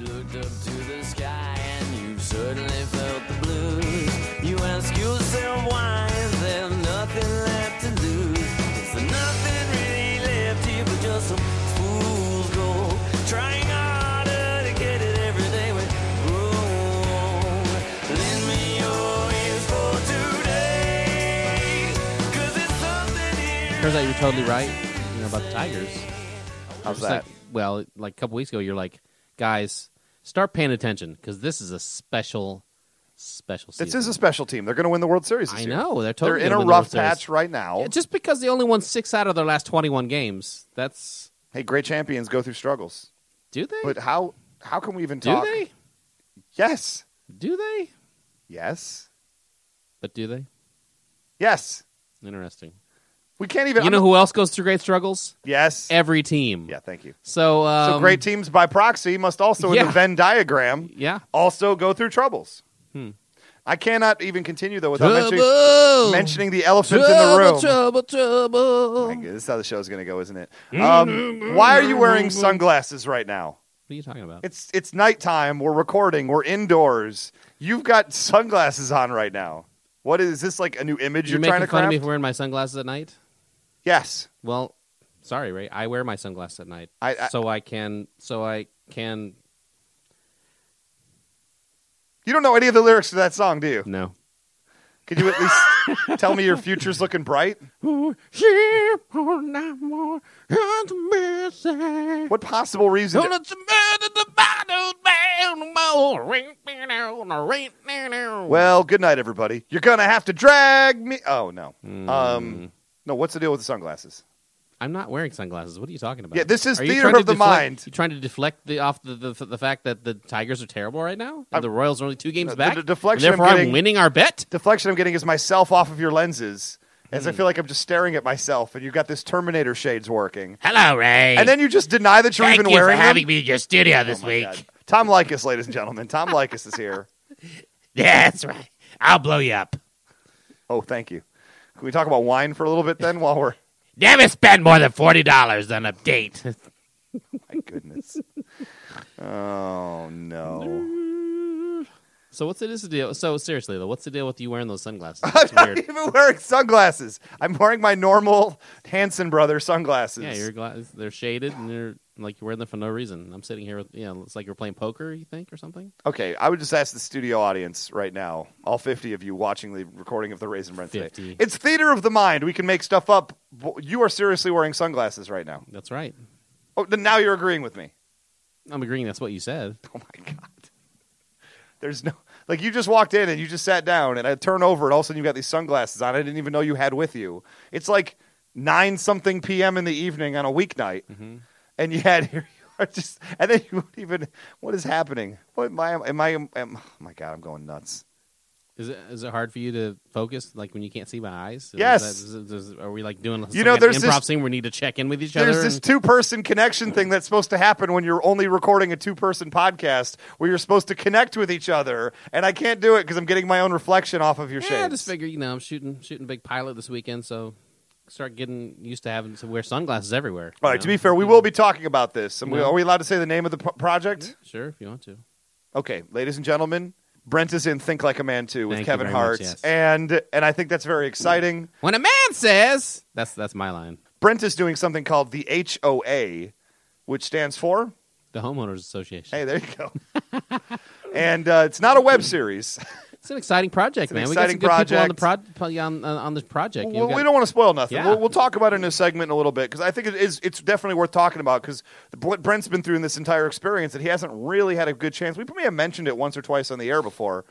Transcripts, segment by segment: looked up to the sky and you certainly felt the blues. You ask yourself why is there nothing left to lose? Is there nothing really left here but just some fool's gold? Trying harder to get it every day we grow old. Lend me your ears for today, 'cause it's something here. Turns out you're totally right. You know about the Tigers. How's Just Like, that? well, like a couple weeks ago, you're like, guys, start paying attention because this is a special, special. Season. This is a special team. They're going to win the World Series. This I year. know they're They're totally in gonna a win the World rough patch Series. right now. Yeah, just because they only won six out of their last 21 games. That's hey, great champions go through struggles. do they? But how how can we even do talk? they? Yes. Do they? Yes. But do they? Yes. Interesting. We can't even You know who else goes through great struggles? Yes. Every team. yeah, thank you. So um, so great teams by proxy must also in yeah. the Venn diagram Yeah. also go through troubles. Hmm. I cannot even continue though without mentioning, Trouble! mentioning the elephant trouble, in the room. Trouble, trouble. My God, this is how the show's going to go, isn't it? Mm-hmm. Um, why are you wearing sunglasses right now? What are you talking about? It's it's nighttime. We're recording. We're indoors. You've got sunglasses on right now. What is, is this like a new image You're you're trying making to fun of me craft? for wearing my sunglasses at night. yes. Well, sorry, Ray. I wear my sunglasses at night, I, I, so I can, so I can. you don't know any of the lyrics to that song, do you? No. Could you at least tell me your future's looking bright? What? What possible reason? to- well, good night, everybody. You're gonna have to drag me. Oh no. Hmm. Um, no. What's the deal with the sunglasses? I'm not wearing sunglasses. What are you talking about? Yeah, this is Are you theater trying to of the deflect- mind. You trying to deflect the off the, the, the fact that the Tigers are terrible right now, and I'm- the Royals are only two games No, the- back. the deflection and therefore, I'm getting- I'm winning our bet. Deflection I'm getting is myself off of your lenses, as Hmm. I feel like I'm just staring at myself, and you got this Terminator shades working. Hello, Ray. And then you just deny that you're Thank even you for wearing them. having me in your studio Oh this my week. God. Tom Likas, ladies and gentlemen. Tom Likas is here. Yeah, that's right. I'll blow you up. Oh, thank you. Can we talk about wine for a little bit then while we're Never spend more than forty dollars on a date. my goodness. Oh no. So what's it is the deal? So seriously though, what's the deal with you wearing those sunglasses? I'm It's not weird. even wearing sunglasses. I'm wearing my normal Hanson brother sunglasses. Yeah, your glasses they're shaded and they're like you're wearing them for no reason. I'm sitting here with you know, it's like you're playing poker, you think, or something? Okay, I would just ask the studio audience right now, all 50 of you watching the recording of the Raisin Brent today. 50. It's theater of the mind. We can make stuff up. You are seriously wearing sunglasses right now. That's right. Oh, then now you're agreeing with me. I'm agreeing that's what you said. Oh my god. There's no like you just walked in and you just sat down and I turn over and all of a sudden you got these sunglasses on. I didn't even know you had with you. It's like nine something p.m. in the evening on a weeknight, Mm-hmm. and you had here you are just and then you wouldn't even what is happening? What am I? Am I? Am, oh my god, I'm going nuts. Is it is it hard for you to focus like when you can't see my eyes? Is Yes. that- is it- is- are we like doing some You know, kind of there's improv this- scene where we need to check in with each There's other? this and- two person connection thing that's supposed to happen when you're only recording a two person podcast where you're supposed to connect with each other, and I can't do it because I'm getting my own reflection off of your yeah, I shades. just figure you know I'm shooting shooting big pilot this weekend, so start getting used to having to wear sunglasses everywhere. All right. To be fair, we will be talking about this. And we- Yeah. Are we allowed to say the name of the pro- project? sure if you want to. Okay, ladies and gentlemen, Brent is in "Think Like a Man" too with Thank you Kevin very much, Hart, yes. and and I think that's very exciting. When a man says that's that's my line. Brent is doing something called the HOA, which stands for. The homeowners association. Hey, there you go. and uh, it's not a web series. It's an exciting project, an man. exciting we got some good project. people on the pro- on, on, on this project. Well, You've got- we don't want to spoil nothing. Yeah. We'll, we'll talk about it in a segment in a little bit because I think it is, it's definitely worth talking about because what Brent's been through in this entire experience that he hasn't really had a good chance. We may have mentioned it once or twice on the air before,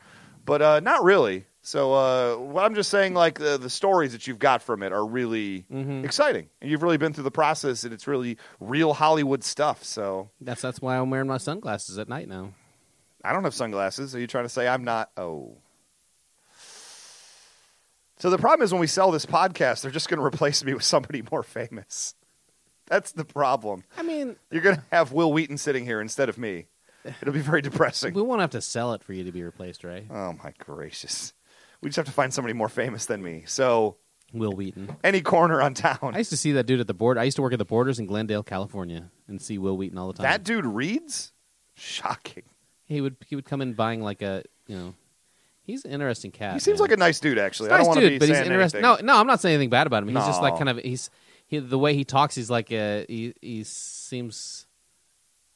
but uh, not really. So uh, what I'm just saying, like the, the stories that you've got from it are really Mm-hmm. exciting, and you've really been through the process, and it's really real Hollywood stuff. So That's that's why I'm wearing my sunglasses at night now. I don't have sunglasses. Are you trying to say I'm not? Oh. So the problem is when we sell this podcast, they're just going to replace me with somebody more famous. That's the problem. I mean, You're going to have Will Wheaton sitting here instead of me. It'll be very depressing. we won't have to sell it for you to be replaced, right? Oh my gracious. We just have to find somebody more famous than me. So Will Wheaton. any corner on I town. used to see that dude at the board. I used to work at the Borders in Glendale, California, and see Will Wheaton all the time. That dude reads? Shocking. he would he would come in buying like a you know, he's an interesting cat. He seems man. like a nice dude, actually. I nice don't want to dude, be but he's saying interesting. No, anything. no, I'm not saying anything bad about him. He's just like No. kind of he's he, the way he talks. He's like uh he he seems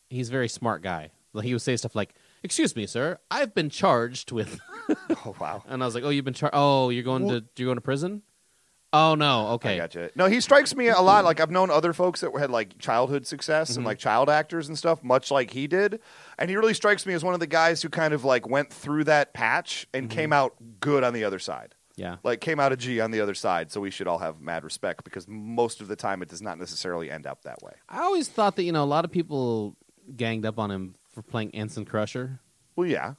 he's a very smart guy. Like he would say stuff like, "Excuse me, sir, I've been charged with," Oh wow. and I was like, "Oh, you've been charged? Oh, you're going to you're going to prison? Oh no, I okay, gotcha. No, he strikes me a lot. Like I've known other folks that had like childhood success Mm-hmm. and like child actors and stuff, much like he did. And he really strikes me as one of the guys who kind of like went through that patch and Mm-hmm. came out good on the other side. yeah, Like came out a G on the other side. So we should all have mad respect because most of the time it does not necessarily end up that way. I always thought that you know a lot of people ganged up on him for playing Ensign Crusher. Well, yeah.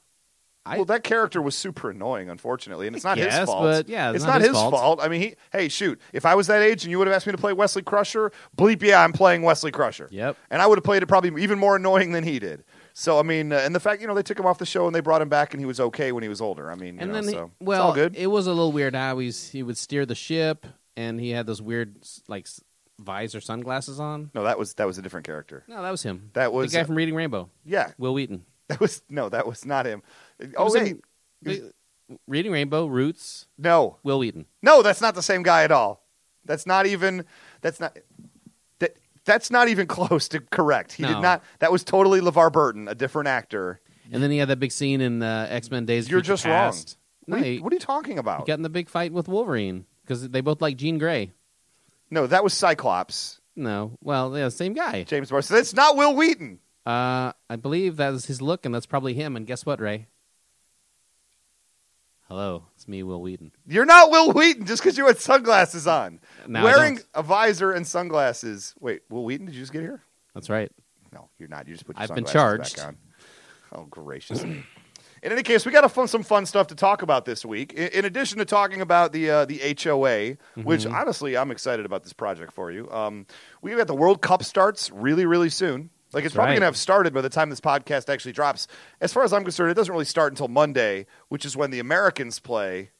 I- well, that character was super annoying, unfortunately, and it's not guess, his fault. but yeah, it's it's not not, his his fault. fault. I mean, he, hey, shoot, if I was that age and you would have asked me to play Wesley Crusher, bleep, yeah, I'm playing Wesley Crusher. Yep. and I would have played it probably even more annoying than he did. So I mean, uh, and the fact you know they took him off the show and they brought him back and he was okay when he was older. I mean, you And know, then, he- so well, it's all good. it was a little weird how he's, he would steer the ship, and he had those weird s- like s- visor sunglasses on. no, that was that was a different character. No, that was him. That was- uh, the guy from Reading Rainbow, Yeah, Will Wheaton. that was no, that was not him. Oh was wait, in- Reading Rainbow, Roots, no, Will Wheaton. No, that's not the same guy at all. That's not even. That's not. That that's not even close to correct. He No. did not. That was totally LeVar Burton, a different actor. And then he had that big scene in uh, X Men Days. of You're Future just wrong. Past. No, What, are he, you, what are you talking he about? got in the big fight with Wolverine because they both like Jean Grey. no, that was Cyclops, No, well, yeah, same guy. James Morrison. That's not Will Wheaton. Uh, I believe that was his look, and that's probably him. And guess what, Ray? Hello, it's me, Will Wheaton. You're not Will Wheaton just because you had sunglasses on. No, I Wearing don't. a visor and sunglasses. Wait, Will Wheaton? Did you just get here? That's right. No, you're not. You just put. Your I've been sunglasses charged. Back on. Oh gracious. In any case, we got a fun, some fun stuff to talk about this week. In, in addition to talking about the uh, the HOA, which Mm-hmm. honestly I'm excited about this project for you. Um, we got the World Cup starts really, really soon. Like it's That's probably right. gonna have started by the time this podcast actually drops. As far as I'm concerned, it doesn't really start until Monday, which is when the Americans play.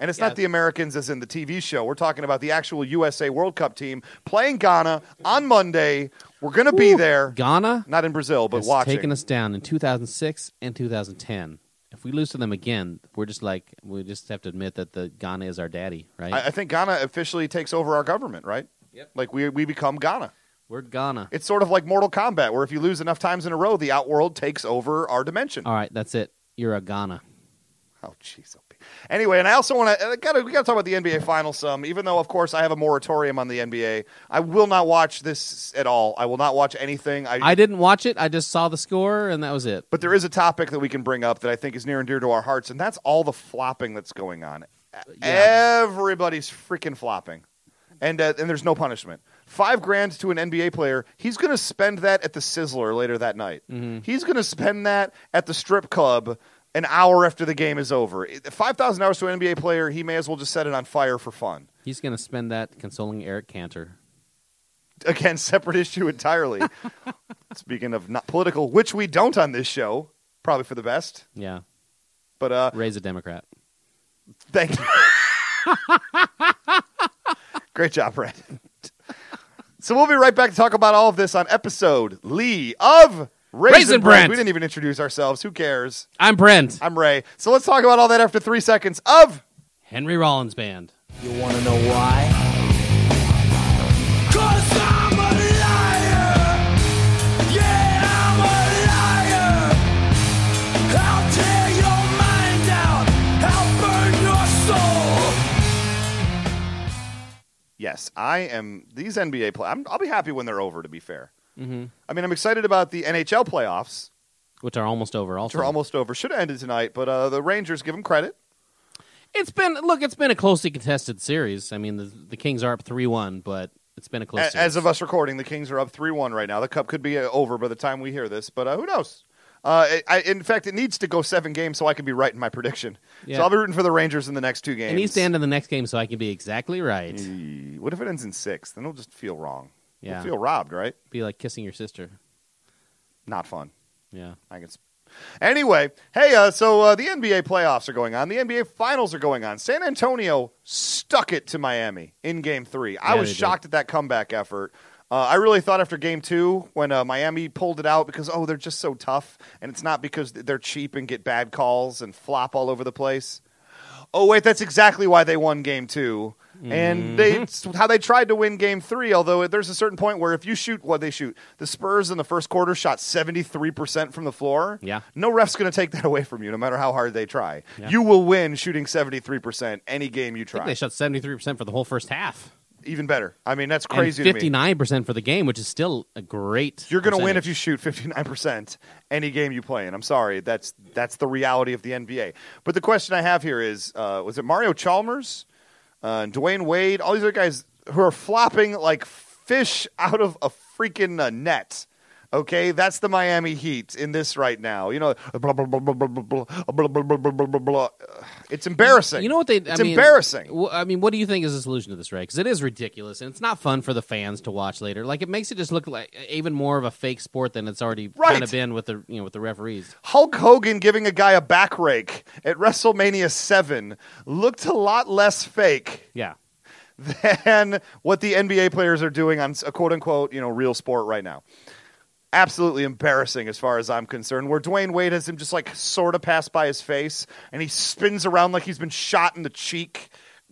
And it's Yeah. not the Americans as in the TV show. We're talking about the actual USA World Cup team playing Ghana on Monday. We're gonna be there Ghana not in Brazil, but has watching. taken us down in 2006 and 2010. If we lose to them again, we're just like we just have to admit that the Ghana is our daddy, right? I, I think Ghana officially takes over our government, right? Yep. Like we we become Ghana. we're Ghana. It's sort of like Mortal Kombat, where if you lose enough times in a row, the outworld takes over our dimension. All right, that's it. You're a Ghana. Oh, jeez. oh, be- Anyway, and I also want to gotta we gotta talk about the NBA Finals some. Even though, of course, I have a moratorium on the NBA, I will not watch this at all. I will not watch anything. I, I didn't watch it. I just saw the score, and that was it. but there is a topic that we can bring up that I think is near and dear to our hearts, and that's all the flopping that's going on. Everybody's freaking flopping, and uh, and there's no punishment. Five grand to an NBA player, he's going to spend that at the Sizzler later that night. He's going to spend that at the strip club an hour after the game is over. Five thousand dollars to an NBA player, he may as well just set it on fire for fun. He's gonna spend that consoling Eric Cantor. Again, separate issue entirely. Speaking of not political, which we don't on this show, probably for the best. Yeah, But uh, raise a Democrat. Thank you. Great job, Brad. So we'll be right back to talk about all of this on episode Lee of Raisin Raisin Brent. Brand. We didn't even introduce ourselves. Who cares? I'm Brent. I'm Ray. So let's talk about all that after three seconds of Henry Rollins Band. You wanna know why? Cause I'm a liar! Yeah, I'm a liar! I'll tear your mind out! I'll burn your soul! Yes, I am. These NBA play. I'm, I'll be happy when they're over. To be fair, I mean, I'm excited about the NHL playoffs, Which are almost over. which Also, are almost over. Should have ended tonight, but uh, the Rangers give them credit. it's been look. It's been a closely contested series. I mean, the, the Kings are up three one, but it's been a close. A- series. As of us recording, the Kings are up 3 1 right now. The cup could be uh, over by the time we hear this, but uh, who knows? Uh, it- I, in fact, it needs to go seven games so I can be right in my prediction. Yeah. So I'll be rooting for the Rangers in the next two games. It needs to end in the next game so I can be exactly right. Eh, What if it ends in six? Then it'll just feel wrong. We'll Yeah. feel robbed, right? Be like kissing your sister. Not fun. Yeah. I guess. Anyway, hey, uh, so uh, the NBA playoffs are going on. The NBA finals are going on. San Antonio stuck it to Miami in game three. I Yeah, was they did. shocked at that comeback effort. Uh, I really thought after game two when uh, Miami pulled it out because, oh, they're just so tough. And it's not because they're cheap and get bad calls and flop all over the place. Oh, wait, that's exactly why they won game 2 Mm-hmm. And they, it's how they tried to win game three, although there's a certain point where if you shoot what they shoot, the Spurs in the first quarter shot 73% from the floor. Yeah. No ref's going to take that away from you, no matter how hard they try. Yeah. You will win shooting 73% any game you I think they try. shot 73% for the whole first half. Even better. I mean, that's crazy and to me. 59% for the game, which is still a great. You're going to win percentage. if you shoot 59% any game you play in. I'm sorry. That's that's the reality of the NBA. But the question I have here is uh, was it Mario Chalmers, uh, Dwayne Wade, all these other guys who are flopping like fish out of a freaking uh, net? Okay, that's the Miami Heat in this right now. You know, blah, blah, blah, blah, blah, blah, blah, blah, blah, blah, blah, blah, blah. It's embarrassing. You know what they? It's I mean, embarrassing. wh- I mean, what do you think is the solution to this, Ray? Because it is ridiculous, and it's not fun for the fans to watch later. Like it makes it just look like even more of a fake sport than it's already Right. kind of been with the you know with the referees. Hulk Hogan giving a guy a back rake at WrestleMania 7 looked a lot less fake Yeah, than what the NBA players are doing on a quote unquote, you know, real sport right now. Absolutely embarrassing as far as I'm concerned. Where Dwayne Wade has him just like sort of pass by his face and he spins around like he's been shot in the cheek,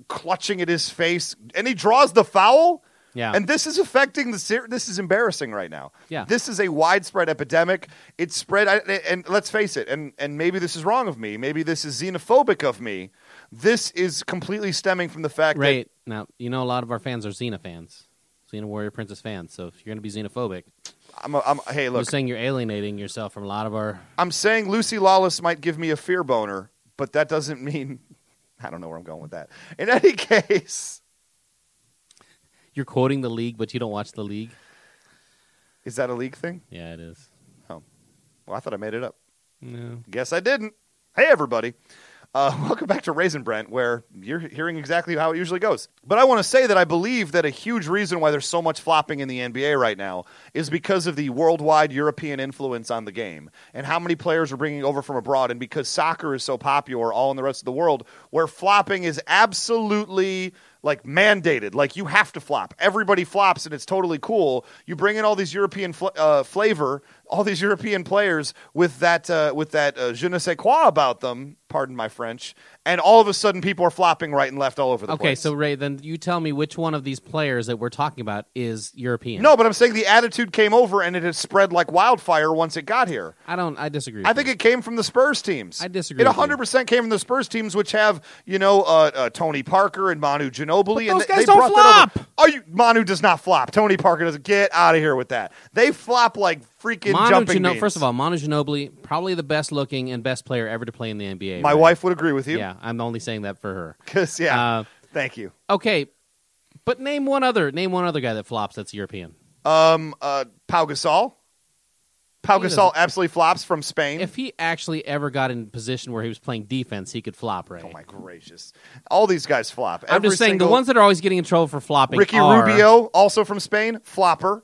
clutching at his face, and he draws the foul. yeah. And this is affecting the ser- this is embarrassing right now. Yeah. This is a widespread epidemic. It's spread I, and let's face it and and maybe this is wrong of me. Maybe this is xenophobic of me. This is completely stemming from the fact that Ray, now you know a lot of our fans are Xena fans, Xena Warrior Princess fans. So if you're going to be xenophobic, I'm, a, I'm hey, you're look, saying you're alienating yourself from a lot of our. I'm saying Lucy Lawless might give me a fear boner, but that doesn't mean I don't know where I'm going with that. In any case, You're quoting the league, but you don't watch the league. is that a league thing? Yeah, it is. Well, I thought I made it up. No. Guess I didn't. Hey, everybody. Uh, welcome back to Raisin Brent, where you're hearing exactly how it usually goes. But I want to say that I believe that a huge reason why there's so much flopping in the NBA right now is because of the worldwide European influence on the game and how many players are bringing over from abroad. And because soccer is so popular all in the rest of the world, where flopping is absolutely like mandated. Like you have to flop. Everybody flops, and it's totally cool. You bring in all these European fl- uh, flavor, all these European players with that uh, with that uh, je ne sais quoi about them. Pardon my French. And all of a sudden, people are flopping right and left all over the Okay, place. so Ray, then you tell me which one of these players that we're talking about is European. no, but I'm saying the attitude came over, and it has spread like wildfire once it got here. I don't. I disagree. I with think you. it came from the Spurs teams. I disagree It with you. 100% came from the Spurs teams, which have you know uh, uh, Tony Parker and Manu Ginobili. But and those they- guys they don't brought that flop. over. Oh, you, Manu does not flop. Tony Parker doesn't. Get out of here with that. They flop like freaking Manu jumping. Gino- beans. First of all, Manu Ginobili, probably the best looking and best player ever to play in the NBA. my right? wife would agree with you. Yeah, I'm only saying that for her. 'Cause, yeah. Uh, Thank you. Okay, but name one other. Name one other guy that flops that's European. Um, uh, Pau Gasol. Pau He Gasol doesn't- absolutely flops from Spain. If he actually ever got in a position where he was playing defense, he could flop, Ray. oh my gracious! All these guys flop. I'm Every just saying the single- ones that are always getting in trouble for flopping. Ricky are- Rubio, also from Spain, flopper.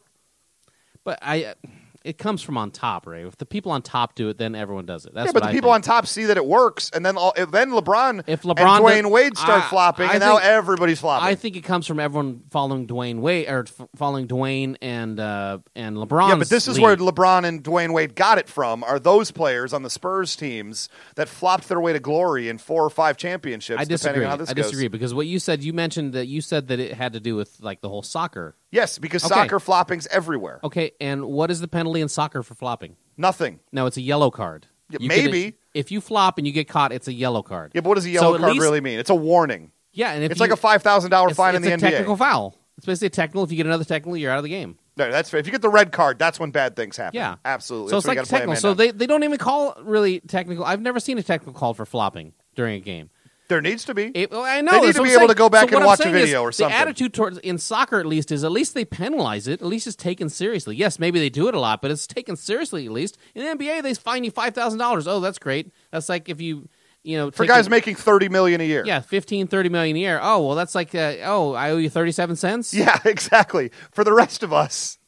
but I. It comes from on top, Ray. If the people on top do it, then everyone does it. That's yeah, what but the I people think. on top see that it works, and then all, then LeBron, If and LeBron Dwayne does- Wade start I- flopping, I and now think- everybody's flopping. I think it comes from everyone following Dwayne Wade or f- following Dwayne and uh, and LeBron. yeah, but this is where LeBron and Dwayne Wade got it from. Are those players on the Spurs teams that flopped their way to glory in four or five championships? I disagree. Depending on how this I goes. disagree because what you said, you mentioned that you said that it had to do with like the whole soccer. Yes, because Okay. soccer flopping's everywhere. Okay, and what is the penalty in soccer for flopping? Nothing. No, it's a yellow card. Yeah, You could- maybe. if you flop and you get caught, it's a yellow card. Yeah, but what does a So yellow at card least- really mean? It's a warning. Yeah, and if It's you- like a five thousand dollar it's- fine it's in the a NBA. technical foul. It's basically a technical. If you get another technical, you're out of the game. No, that's fair. If you get the red card, that's when bad things happen. Yeah. absolutely. so that's it's like when you a gotta play technical. a man So down. they they don't even call really technical. I've never seen a technical call for flopping during a game. there needs to be. It, well, I know. They need that's to what be I'm able to saying. go back So and what I'm watch a saying is video or something. The attitude towards in soccer, at least, is at least they penalize it. At least it's taken seriously. Yes, maybe they do it a lot, but it's taken seriously at least. In the NBA, they fine you five thousand dollars. Oh, that's great. That's like if you, you know, for taking- guys making thirty million a year. yeah 15, 30 million a year. Oh well, that's like uh, oh I owe you thirty seven cents. Yeah, exactly. For the rest of us,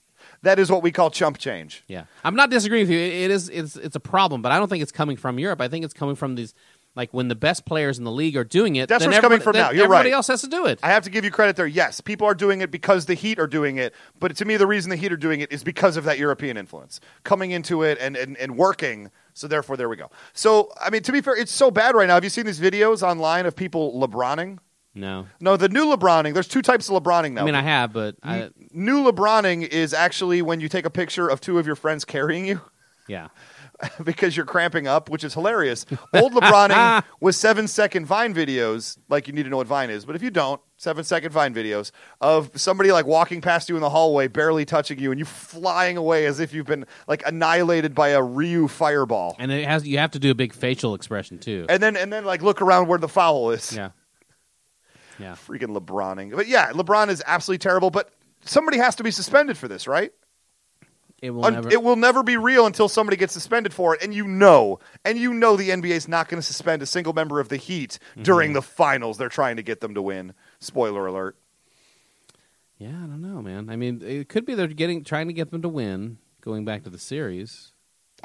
that is what we call chump change. Yeah, I'm not disagreeing with you. It, it is it's it's a problem, but I don't think it's coming from Europe. I think it's coming from these Like when the best players in the league are doing it, That's then where it's coming everybody- from then now. You're everybody right. else has to do it. I have to give you credit there. Yes, people are doing it because the Heat are doing it. But to me, the reason the Heat are doing it is because of that European influence coming into it and, and, and working. So, therefore, there we go. So, I mean, to be fair, it's so bad right now. Have you seen these videos online of people LeBroning? no, No, the new LeBroning, there's two types of LeBroning now. I mean I have, but I, new LeBroning is actually when you take a picture of two of your friends carrying you. yeah, because you're cramping up, which is hilarious. Old LeBroning was seven second Vine videos. Like you need to know what Vine is, but if you don't, seven second Vine videos of somebody like walking past you in the hallway, barely touching you, and you flying away as if you've been like annihilated by a Ryu fireball. and it has you have to do a big facial expression too. And then and then like look around where the foul is. yeah, yeah. Freaking LeBroning. But yeah, LeBron is absolutely terrible. But somebody has to be suspended for this, right? It will Un- never. It will never be real until somebody gets suspended for it, and you know, and you know the NBA's not going to suspend a single member of the Heat Mm-hmm. during the finals. They're trying to get them to win. Spoiler alert. yeah, I don't know, man. I mean, it could be they're getting trying to get them to win. Going back to the series,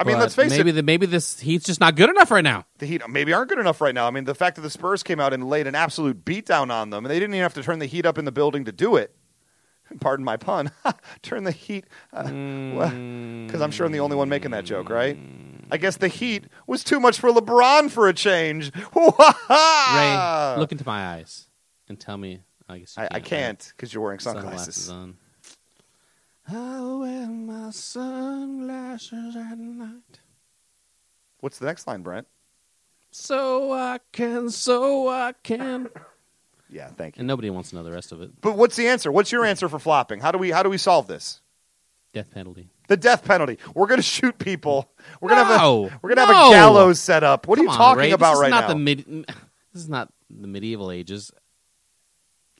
I mean, But let's face maybe it, The, maybe this Heat's just not good enough right now. the Heat maybe aren't good enough right now. I mean, the fact that the Spurs came out and laid an absolute beatdown on them, and they didn't even have to turn the Heat up in the building to do it. Pardon my pun. turn the Heat, because I'm sure I'm the only one making that joke, right? I guess the Heat was too much for LeBron for a change. Wah-ha! Ray, look into my eyes and tell me. I guess you Ah. I, I can't because you're wearing right? sunglasses. on. I wear my sunglasses at night What's the next line, Brent? so I can, so I can. Yeah, thank you. And nobody wants to know the rest of it. But what's the answer? What's your answer for flopping? How do we how do we solve this? Death penalty. The death penalty. We're gonna shoot people. We're gonna No! have a we're gonna have No! a gallows set up. What Come are you on, talking Ray. about this is right not now? The mid- this is not the medieval ages.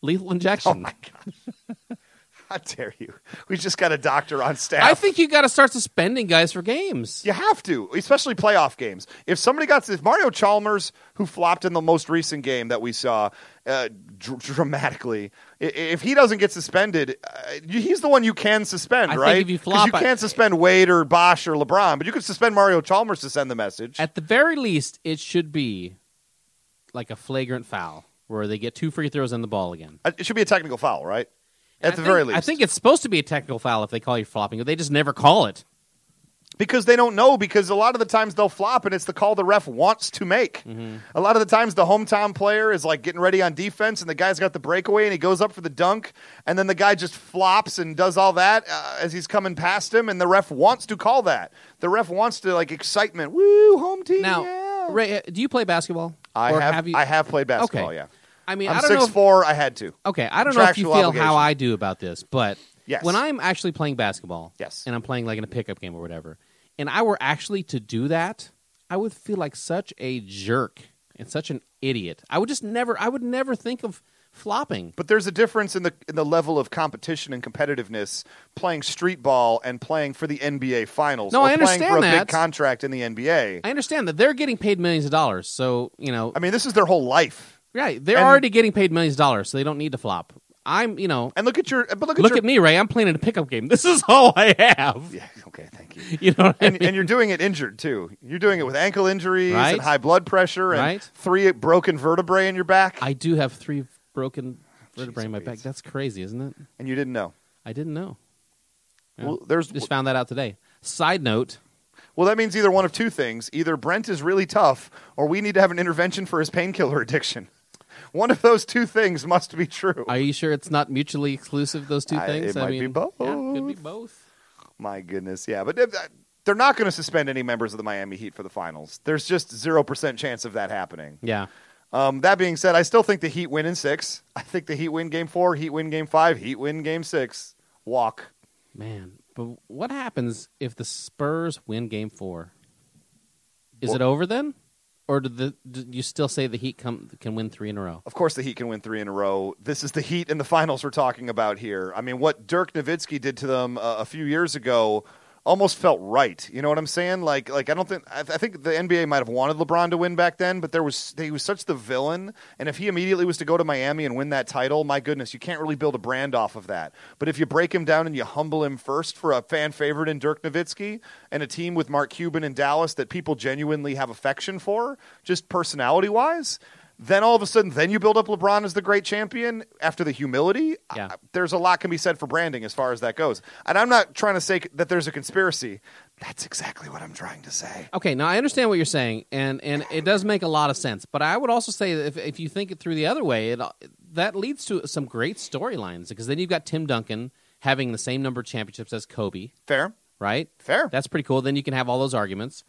Lethal oh injection. my gosh! How dare you? We just got a doctor on staff. I think you got to start suspending guys for games. You have to, especially playoff games. If somebody got if Mario Chalmers, who flopped in the most recent game that we saw uh, dr- dramatically, i- i- if he doesn't get suspended, uh, you- he's the one you can suspend, I think right? if you 'Cause flop, you I- can't suspend Wade or Bosch or LeBron, but you could suspend Mario Chalmers to send the message. At the very least, it should be like a flagrant foul where they get two free throws and the ball again. Uh, it should be a technical foul, right? At I the think- very least, I think it's supposed to be a technical foul if they call you flopping, but they just never call it. because they don't know because a lot of the times they'll flop and it's the call the ref wants to make a lot of the times the hometown player is like getting ready on defense and the guy's got the breakaway and he goes up for the dunk and then the guy just flops and does all that uh, as he's coming past him and the ref wants to call that the ref wants to like excitement woo home team Now, yeah. Ray, uh, do you play basketball? I Or have, you- I have played basketball Okay. yeah I mean, I'm I don't know. six if- four I had to okay, I don't know if you Contractual feel how obligation. I do about this, but Yes. when I'm actually playing basketball, Yes. and I'm playing like in a pickup game or whatever, and I were actually to do that, I would feel like such a jerk and such an idiot. I would just never. I would never think of flopping. But there's a difference in the in the level of competition and competitiveness playing street ball and playing for the NBA finals. No, or I playing for understand a that. big contract in the NBA. I understand that they're getting paid millions of dollars, so you know, I mean, this is their whole life. right? They're and- already getting paid millions of dollars, so they don't need to flop. I'm, you know, And look at your but look at look your at me, Ray. I'm playing in a pickup game. This is all I have. Yeah, okay, thank you. You know, what I And, mean? and you're doing it injured too. You're doing it with ankle injuries Right. and high blood pressure and Right. three broken vertebrae in your back, I do have three broken vertebrae in my back. Louise. That's crazy, isn't it? and you didn't know. I didn't know. Yeah. Well, there's Just found that out today. Side note. well, that means either one of two things: either Brent is really tough, or we need to have an intervention for his painkiller addiction. One of those two things must be true. Are you sure it's not mutually exclusive? Those two I- things. it I might be mean, both. Yeah, it could be both. My goodness, yeah, but if- uh, they're not going to suspend any members of the Miami Heat for the finals. There's just zero percent chance of that happening. Yeah. Um, that being said, I still think the Heat win in six. I think the Heat win Game Four, Heat win Game Five, Heat win Game Six. Walk. Man, but what happens if the Spurs win Game Four? Is Well- it over then, or do, the, do you still say the Heat come, can win three in a row? Of course, the Heat can win three in a row. This is the Heat in the finals we're talking about here. I mean, what Dirk Nowitzki did to them uh, a few years ago. almost felt right. You know what I'm saying? Like, like I don't think I, I think the NBA might have wanted LeBron to win back then, but there was he was such the villain, and if he immediately was to go to Miami and win that title, my goodness, you can't really build a brand off of that. But if you break him down and you humble him first for a fan favorite in Dirk Nowitzki and a team with Mark Cuban in Dallas that people genuinely have affection for, just personality wise. Then all of a sudden, then you build up LeBron as the great champion after the humility. Yeah. I- there's a lot can be said for branding as far as that goes. And I'm not trying to say c- that there's a conspiracy. That's exactly what I'm trying to say. Okay, now I understand what you're saying, and and it does make a lot of sense. But I would also say that if if you think it through the other way, it that leads to some great storylines because then you've got Tim Duncan having the same number of championships as Kobe, Fair, right? fair. That's pretty cool. Then you can have all those arguments.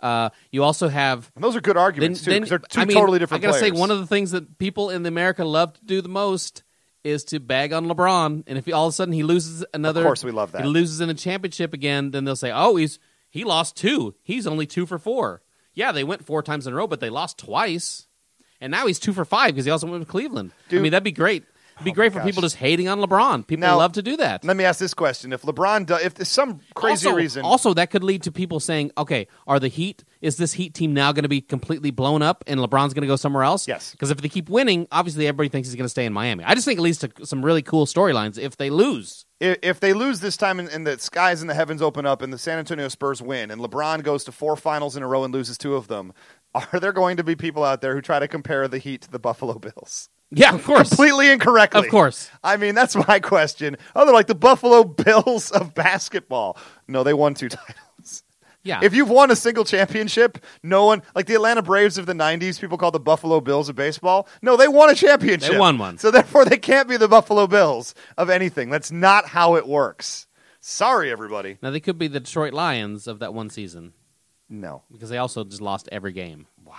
Uh, you also have and those are good arguments too. then- 'cause they're two I mean, totally I different. gotta players. say, one of the things that people in America love to do the most is to bag on LeBron, and if he, all of a sudden he loses another, course we love that. He loses in a championship again, then they'll say, "Oh, he's he lost two. He's only two for four. Yeah, they went four times in a row, but they lost twice, and now he's two for five because he also went to Cleveland. Dude. Oh I mean, that'd be great. It'd be great for gosh. people just hating on LeBron. People Now- love to do that. Let me ask this question: If LeBron, do, if there's some crazy also, reason, Also, that could lead to people saying, "Okay, are the Heat? Is this Heat team now going to be completely blown up, and LeBron's going to go somewhere else?" Yes. Because if they keep winning, obviously everybody thinks he's going to stay in Miami. I just think it leads to some really cool storylines if they lose. if, if they lose this time and, and the skies and the heavens open up and the San Antonio Spurs win and LeBron goes to four finals in a row and loses two of them, are there going to be people out there who try to compare the Heat to the Buffalo Bills? Yeah, of course. Completely incorrectly. Of course. I mean, that's my question. Oh, they're like the Buffalo Bills of basketball. No, they won two titles. Yeah. If you've won a single championship, no one like the Atlanta Braves of the '90s. People call the Buffalo Bills of baseball. No, they won a championship. They won one. So therefore, they can't be the Buffalo Bills of anything. That's not how it works. Sorry, everybody. now they could be the Detroit Lions of that one season No. because they also just lost every game. Wow.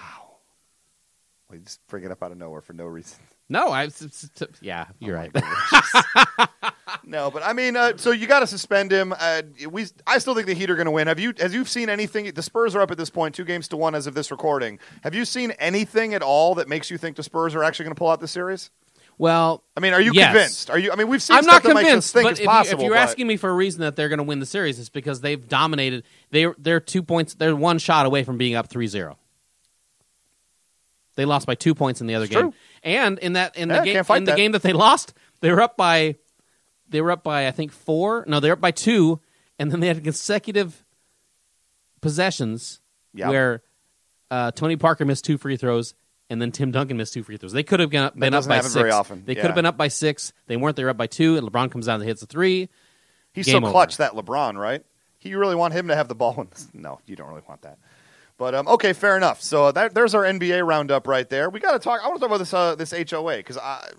We just bring it up out of nowhere for no reason. No, I. s- s- t- yeah, you're right. Oh No, but I mean, uh, so you got to suspend him. Uh, we, I still think the Heat are going to win. Have you, as you've seen anything? The Spurs are up at this point, two games to one as of this recording. Have you seen anything at all that makes you think the Spurs are actually going to pull out the series? well, I mean, are you Yes. convinced? Are you? I mean, we've seen. I'm not stuff that makes us convinced, think but it's if, possible. you, are but- asking me for a reason that they're going to win the series, it's because they've dominated. They they're two points. They're one shot away from being up 3-0. They lost by two points in the other It's game, true. and in that in Yeah, the game can't fight in the that. game that they lost, they were up by they were up by I think four. No, they're up by two, and then they had consecutive possessions Yeah. where uh, Tony Parker missed two free throws. And then Tim Duncan missed two free throws. They could have gone- been up doesn't by happen six. very often. They Yeah. could have been up by six. They weren't. They were up by two. And LeBron comes down and hits a three. he's so game over. clutch that LeBron, right? He, you really want him to have the ball? When this, no, you don't really want that. But um, okay, fair enough. So that, there's our NBA roundup right there. We got to talk. I want to talk about this uh, this HOA because I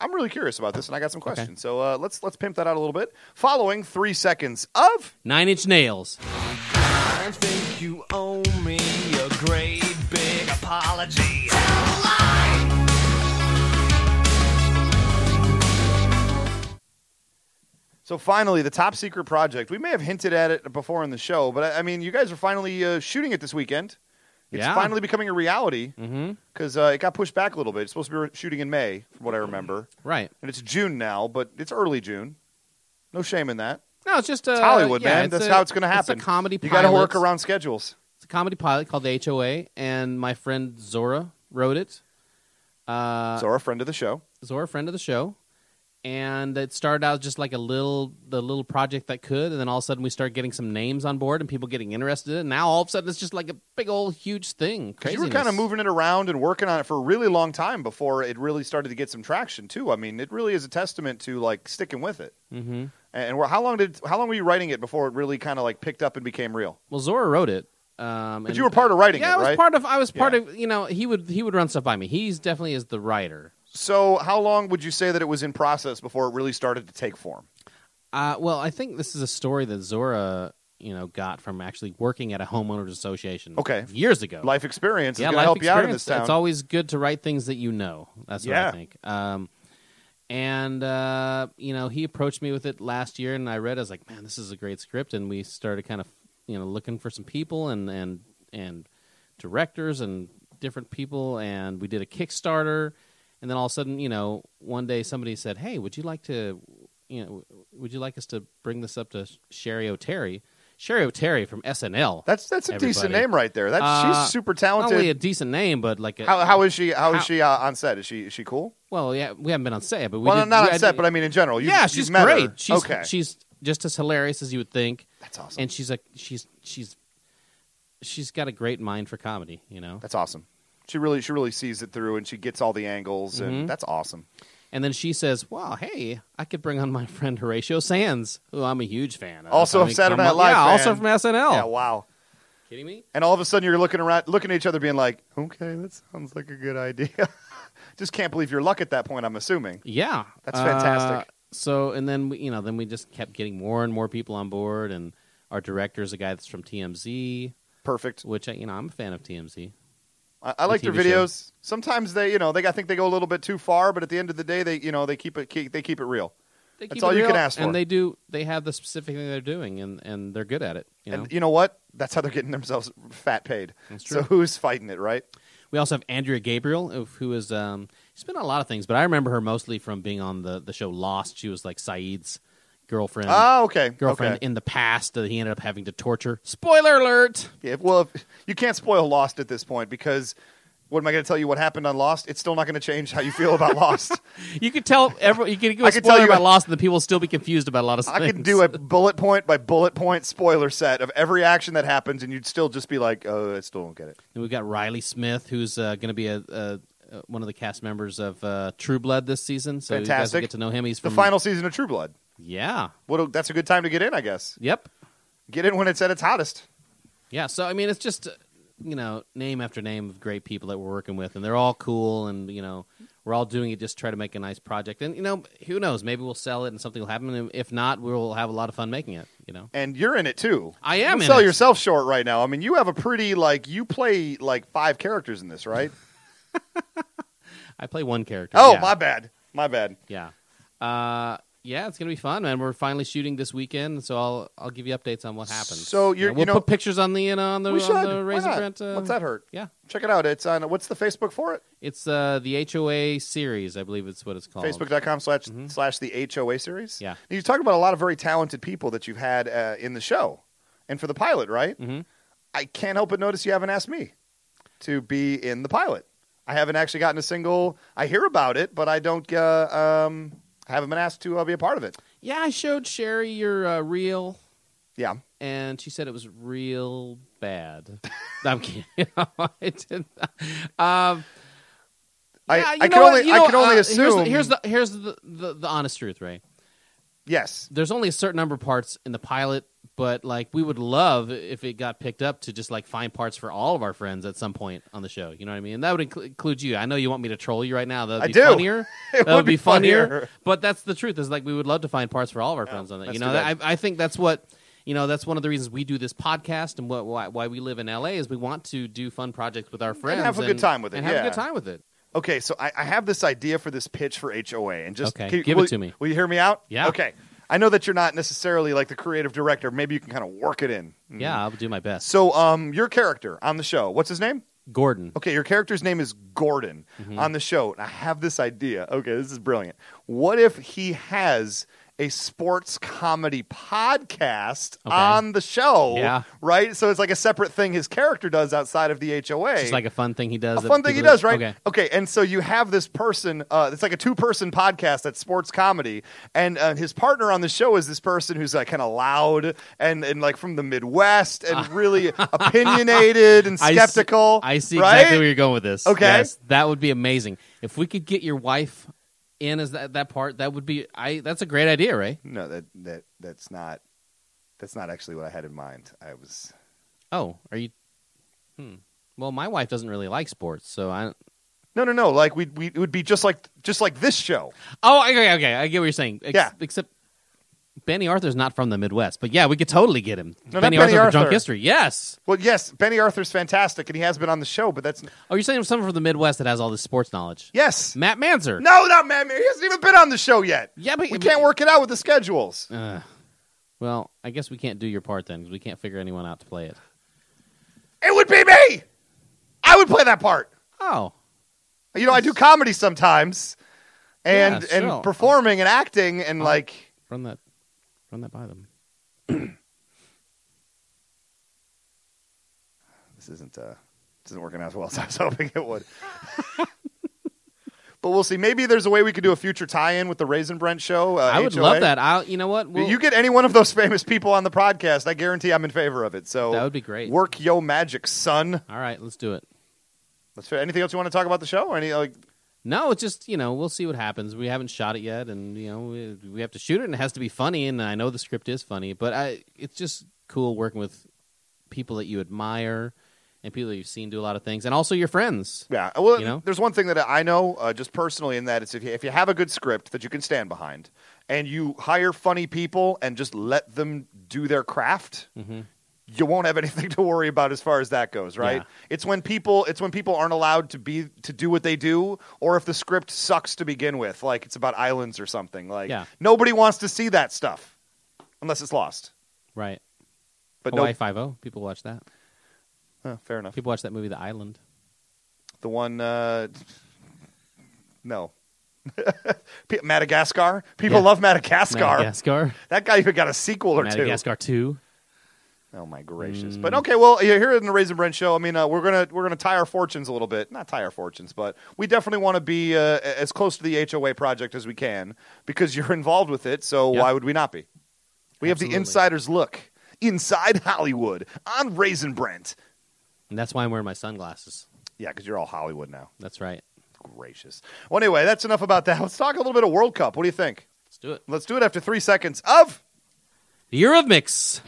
I'm really curious about this and I got some questions. So uh, let's let's pimp that out a little bit. Following three seconds of Nine Inch Nails. I think you owe me a great big apology. so finally the top secret project. We may have hinted at it before in the show, but I, I mean you guys are finally uh, shooting it this weekend. It's Yeah. finally becoming a reality Mm-hmm. because uh, it got pushed back a little bit. It's supposed to be re- shooting in May, from what I remember. Right. and it's June now, but it's early June. No shame in that. No, it's just uh, Hollywood, yeah, man. it's That's a- how it's gonna happen. It's a comedy. You pilot. got to work around schedules. It's a comedy pilot called The HOA, and my friend Zora wrote it. Uh, so, our friend of the show, Zora, friend of the show, and it started out just like a little the little project that could, and then all of a sudden we started getting some names on board and people getting interested. in it. And now all of a sudden it's just like a big old huge thing. 'Cause Crazy. you were kind of moving it around and working on it for a really long time before it really started to get some traction too. I mean, it really is a testament to like sticking with it. Mm-hmm. And and wh- how long did how long were you writing it before it really kind of like picked up and became real? Well, Zora wrote it. Um, But you were part of writing yeah, it, I was right? part of. I was part Yeah. of. You know, he would he would run stuff by me. He's definitely is the writer. So, how long would you say that it was in process before it really started to take form? Uh, well, I think this is a story that Zora, you know, got from actually working at a homeowners association. Okay. years ago. Life experience is yeah, going to life help you out in experience. this town. It's always good to write things that you know. That's what Yeah. I think. Um, and uh, you know, he approached me with it last year, and I read. it. I was like, man, this is a great script, and we started kind of, you know, looking for some people and and and directors and different people, and we did a Kickstarter, and then all of a sudden, you know, one day somebody said, hey, would you like to, you know, would you like us to bring this up to Sherry O'Terry? Sherry O'Terry from SNL. That's that's a decent Everybody. name right there. That's Uh, she's super Not only a talented. decent name, but like a, How, how is she? How is how- she uh, on set? Is she is she cool? well, yeah, we haven't been on set, but we well, did, not we- on I set, did- but I mean in general. You, yeah, you've she's met great. Her. She's okay, she's just as hilarious as you would think, that's awesome. and she's like she's she's she's got a great mind for comedy. You know, that's awesome. She really she really sees it through, and she gets all the angles, Mm-hmm. and that's awesome. And then she says, "Wow, hey, I could bring on my friend Horatio Sands, who I'm a huge fan. of. Also I mean, Saturday come on- Night Live yeah, also fan. from SNL. Yeah, wow. Kidding me? And all of a sudden, you're looking around, looking at each other, being like, "Okay, that sounds like a good idea." Just can't believe your luck at that point. I'm assuming. Yeah, That's fantastic. Uh, so, and then we, you know, then we just kept getting more and more people on board, and our director is a guy that's from TMZ, Perfect. which I, you know, I'm a fan of TMZ. I, I like the their TV show. videos. Sometimes they, you know, they I think they go a little bit too far, but at the end of the day, they, you know, they keep it keep, they keep it real. They That's keep all it you can real, ask for. and they do. They have the specific thing they're doing, and and they're good at it. You know, And you know what? That's how they're getting themselves fat paid. That's So true. who's fighting it, right? we also have Andrea Gabriel, of- who is um, she's been on a lot of things, but I remember her mostly from being on the the show Lost. She was like Saeed's girlfriend. Oh, okay. Um, girlfriend Okay. in the past that he ended up having to torture. Spoiler alert! Yeah, well, if, you can't spoil Lost at this point because what am I going to tell you? What happened on Lost? It's still not going to change how you feel about Lost. You could tell everyone. You could give I a could tell spoiler you- about Lost, and the people will still be confused about a lot of I things. could do a bullet point by bullet point spoiler set of every action that happens, and you'd still just be like, "Oh, I still don't get it." And we've got Riley Smith, who's uh, going to be a, a, a one of the cast members of uh, True Blood this season. So you guys will Fantastic. get to know him. He's The from final season of True Blood. Yeah. What? A, that's a good time to get in, I guess. Yep. Get in when it's at its hottest. Yeah. So I mean, it's just uh, you know name after name of great people that we're working with, and they're all cool, and you know we're all doing it just to try to make a nice project. And you know who knows, maybe we'll sell it and something will happen. And if not, we'll have a lot of fun making it. You know. and you're in it too. I am Don't in sell it. yourself short right now. I mean, you have a pretty like you play like five characters in this, right? I play one character. oh, yeah. my bad, my bad. Yeah. Uh, yeah, it's gonna be fun, man. We're finally shooting this weekend, so I'll I'll give you updates on what happens. So you're- Yeah, you we'll know- put pictures on the you know, on the we should. on um, the Why Razor not? Brent. Uh, What's that hurt? Yeah, Check it out. It's on. What's the Facebook for it? it's uh, the HOA series, I believe it's what it's called. Facebook.com slash slash the HOA series. Mm-hmm. Yeah. Now, you talk about a lot of very talented people that you've had uh, in the show, and for the pilot, right? Mhm. I can't help but notice you haven't asked me to be in the pilot. I haven't actually gotten a single. I hear about it, but I don't. Uh, um, I haven't been asked to uh, be a part of it. Yeah, I showed Sherry your uh, reel, Yeah. and she said it was real bad. I'm kidding. I didn't. Um, yeah, I, you I know can what? only You I know, can only uh, here's the- assume Here's the here's the, the the honest truth, Ray. yes. there's only a certain number of parts in the pilot, but like we would love if it got picked up to just like find parts for all of our friends at some point on the show. You know what I mean? And that would inclu- include you. I know you want me to troll you right now. That would I be do. funnier. It that would would be be funnier. funnier. But that's the truth. Is like we would love to find parts for all of our friends on that. that's You too know, bad. I, I think that's what. You know that's one of the reasons we do this podcast and what, why, why we live in LA is we want to do fun projects with our friends have a good time with it, and have yeah. a good time with it. Okay, so I, I have this idea for this pitch for HOA, and just Okay, can- give will, it to me. Will you hear me out? Yeah. Okay. I know that you're not necessarily like the creative director. Maybe you can kind of work it in. Yeah, I'll do my best. Mm-hmm. So, um, your character on the show, what's his name? Gordon, Okay, your character's name is Gordon Mm-hmm. on the show. And I have this idea. Okay, this is brilliant. What if he has a sports comedy podcast Okay. on the show? Yeah. Right? So it's like a separate thing his character does outside of the HOA. it's just like a fun thing he does. a that fun thing he people- does, right? Okay. and so you have this person. Uh, it's like a two-person podcast that's sports comedy, and uh, his partner on the show is this person who's like kind of loud and and like from the Midwest and really opinionated and I see- skeptical. I see right? exactly where you're going with this. Okay. Yes, that would be amazing. If we could get your wife in as that, that part, that would be I that's a great idea, Ray. No, that that that's not that's not actually what I had in mind. I was Oh, are you Hmm. Well, my wife doesn't really like sports, so I no, no, no. Like we we it would be just like just like this show. Oh, okay, okay. I get what you're saying. Ex- Yeah. Except Benny Arthur's not from the Midwest, but yeah, we could totally get him. No, not Benny Benny Arthur, for Drunk Arthur. History. Yes. Well, yes, Benny Arthur's fantastic, and he has been on the show, but that's Oh, you're saying someone from the Midwest that has all this sports knowledge. yes. Matt Manzer. No, not Matt Mayer. He hasn't even been on the show yet. Yeah, but We can't work it out with the schedules. Uh, well, I guess we can't do your part then because we can't figure anyone out to play it. It would be me. I would play that part. Oh, You know, I do comedy sometimes, and Yeah, sure. Uh-huh. and performing and acting and like run that, run that by them. This isn't uh, this isn't working out as well as I was hoping it would. but we'll see. Maybe there's a way we could do a future tie-in with the Raisin Brent show. Uh, I would HOA. love that. I you know what? We'll- you get any one of those famous people on the podcast, I guarantee I'm in favor of it. So That would be great. Work yo magic, son. All right, let's do it. Let's. Anything else you want to talk about the show? Or any like? No, it's just you know we'll see what happens. We haven't shot it yet, and you know we, we have to shoot it, and it has to be funny. And I know the script is funny, but I it's just cool working with people that you admire and people that you've seen do a lot of things, and also your friends. Yeah. Well, You know? there's one thing that I know uh, just personally, in that it's if you, if you have a good script that you can stand behind, and you hire funny people and just let them do their craft. You won't have anything to worry about as far as that goes, right? Yeah. It's when people it's when people aren't allowed to be to do what they do, or if the script sucks to begin with, like it's about islands or something. Like Yeah. nobody wants to see that stuff unless it's lost. Right? But Hawaii no, Five O. People watch that. Huh, fair enough. People watch that movie, The Island. The one, uh, no, P- Madagascar. People Yeah. love Madagascar. Madagascar. That guy even got a sequel or Madagascar Mm. Two. two. Oh my gracious! But okay, well, yeah, here in the Raisin Brent show, I mean, uh, we're gonna we're gonna tie our fortunes a little bit. Not tie our fortunes, but we definitely want to be uh, a- as close to the HOA project as we can because you're involved with it. So Yeah. why would we not be? We have Absolutely. the insider's look inside Hollywood on Raisin Brent. And that's why I'm wearing my sunglasses. Yeah, because you're all Hollywood now. That's right. gracious. Well, anyway, that's enough about that. Let's talk a little bit of World Cup. What do you think? Let's do it. Let's do it after three seconds of. The Year of Mix.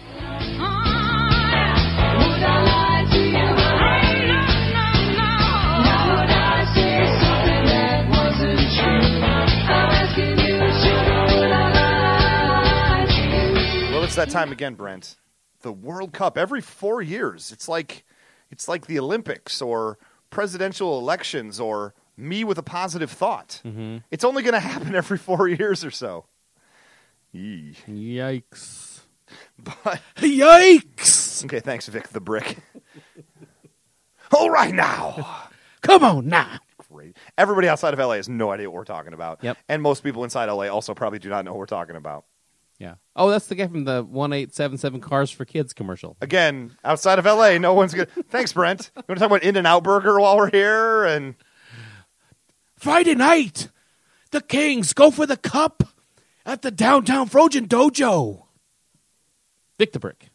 Well, it's that time again, Brent. The World Cup every four years. It's like, it's like the Olympics or presidential elections or me with a positive thought. It's only going to happen every four years or so. Yee. Yikes. But Yikes! okay, thanks, Vic the Brick. All right now. Come on now. great. Everybody outside of LA has no idea what we're talking about. Yep. And most people inside LA also probably do not know what we're talking about. Yeah. Oh, that's the guy from the 1877 Cars for Kids commercial. Again, outside of LA, no one's gonna. Thanks, Brent. You want to talk about In and Out Burger while we're here? And Friday night, the Kings go for the cup at the downtown Frozen Dojo. Vic the Brick.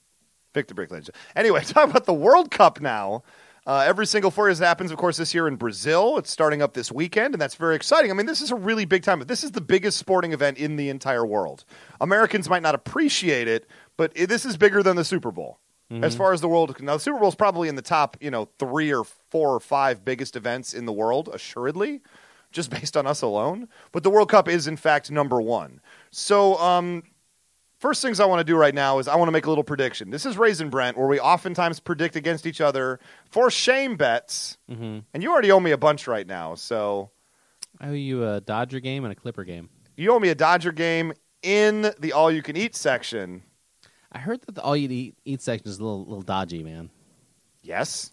Victor Brickland. Anyway, talk about the World Cup now. Uh, every single four years it happens, of course, this year in Brazil. It's starting up this weekend, and that's very exciting. I mean, this is a really big time. This is the biggest sporting event in the entire world. Americans might not appreciate it, but i this is bigger than the Super Bowl. As far as the world, now the Super Bowl is probably in the top, you know, three or four or five biggest events in the world, assuredly, just based on us alone. But the World Cup is, in fact, number one. So, um, First things I want to do right now is I want to make a little prediction. This is Raisin Brent, where we oftentimes predict against each other for shame bets. Mhm. And you already owe me a bunch right now, so I owe you a Dodger game and a Clipper game. you owe me a Dodger game in the all-you-can-eat section. I heard that the all you eat, eat section is a little, little dodgy, man. Yes.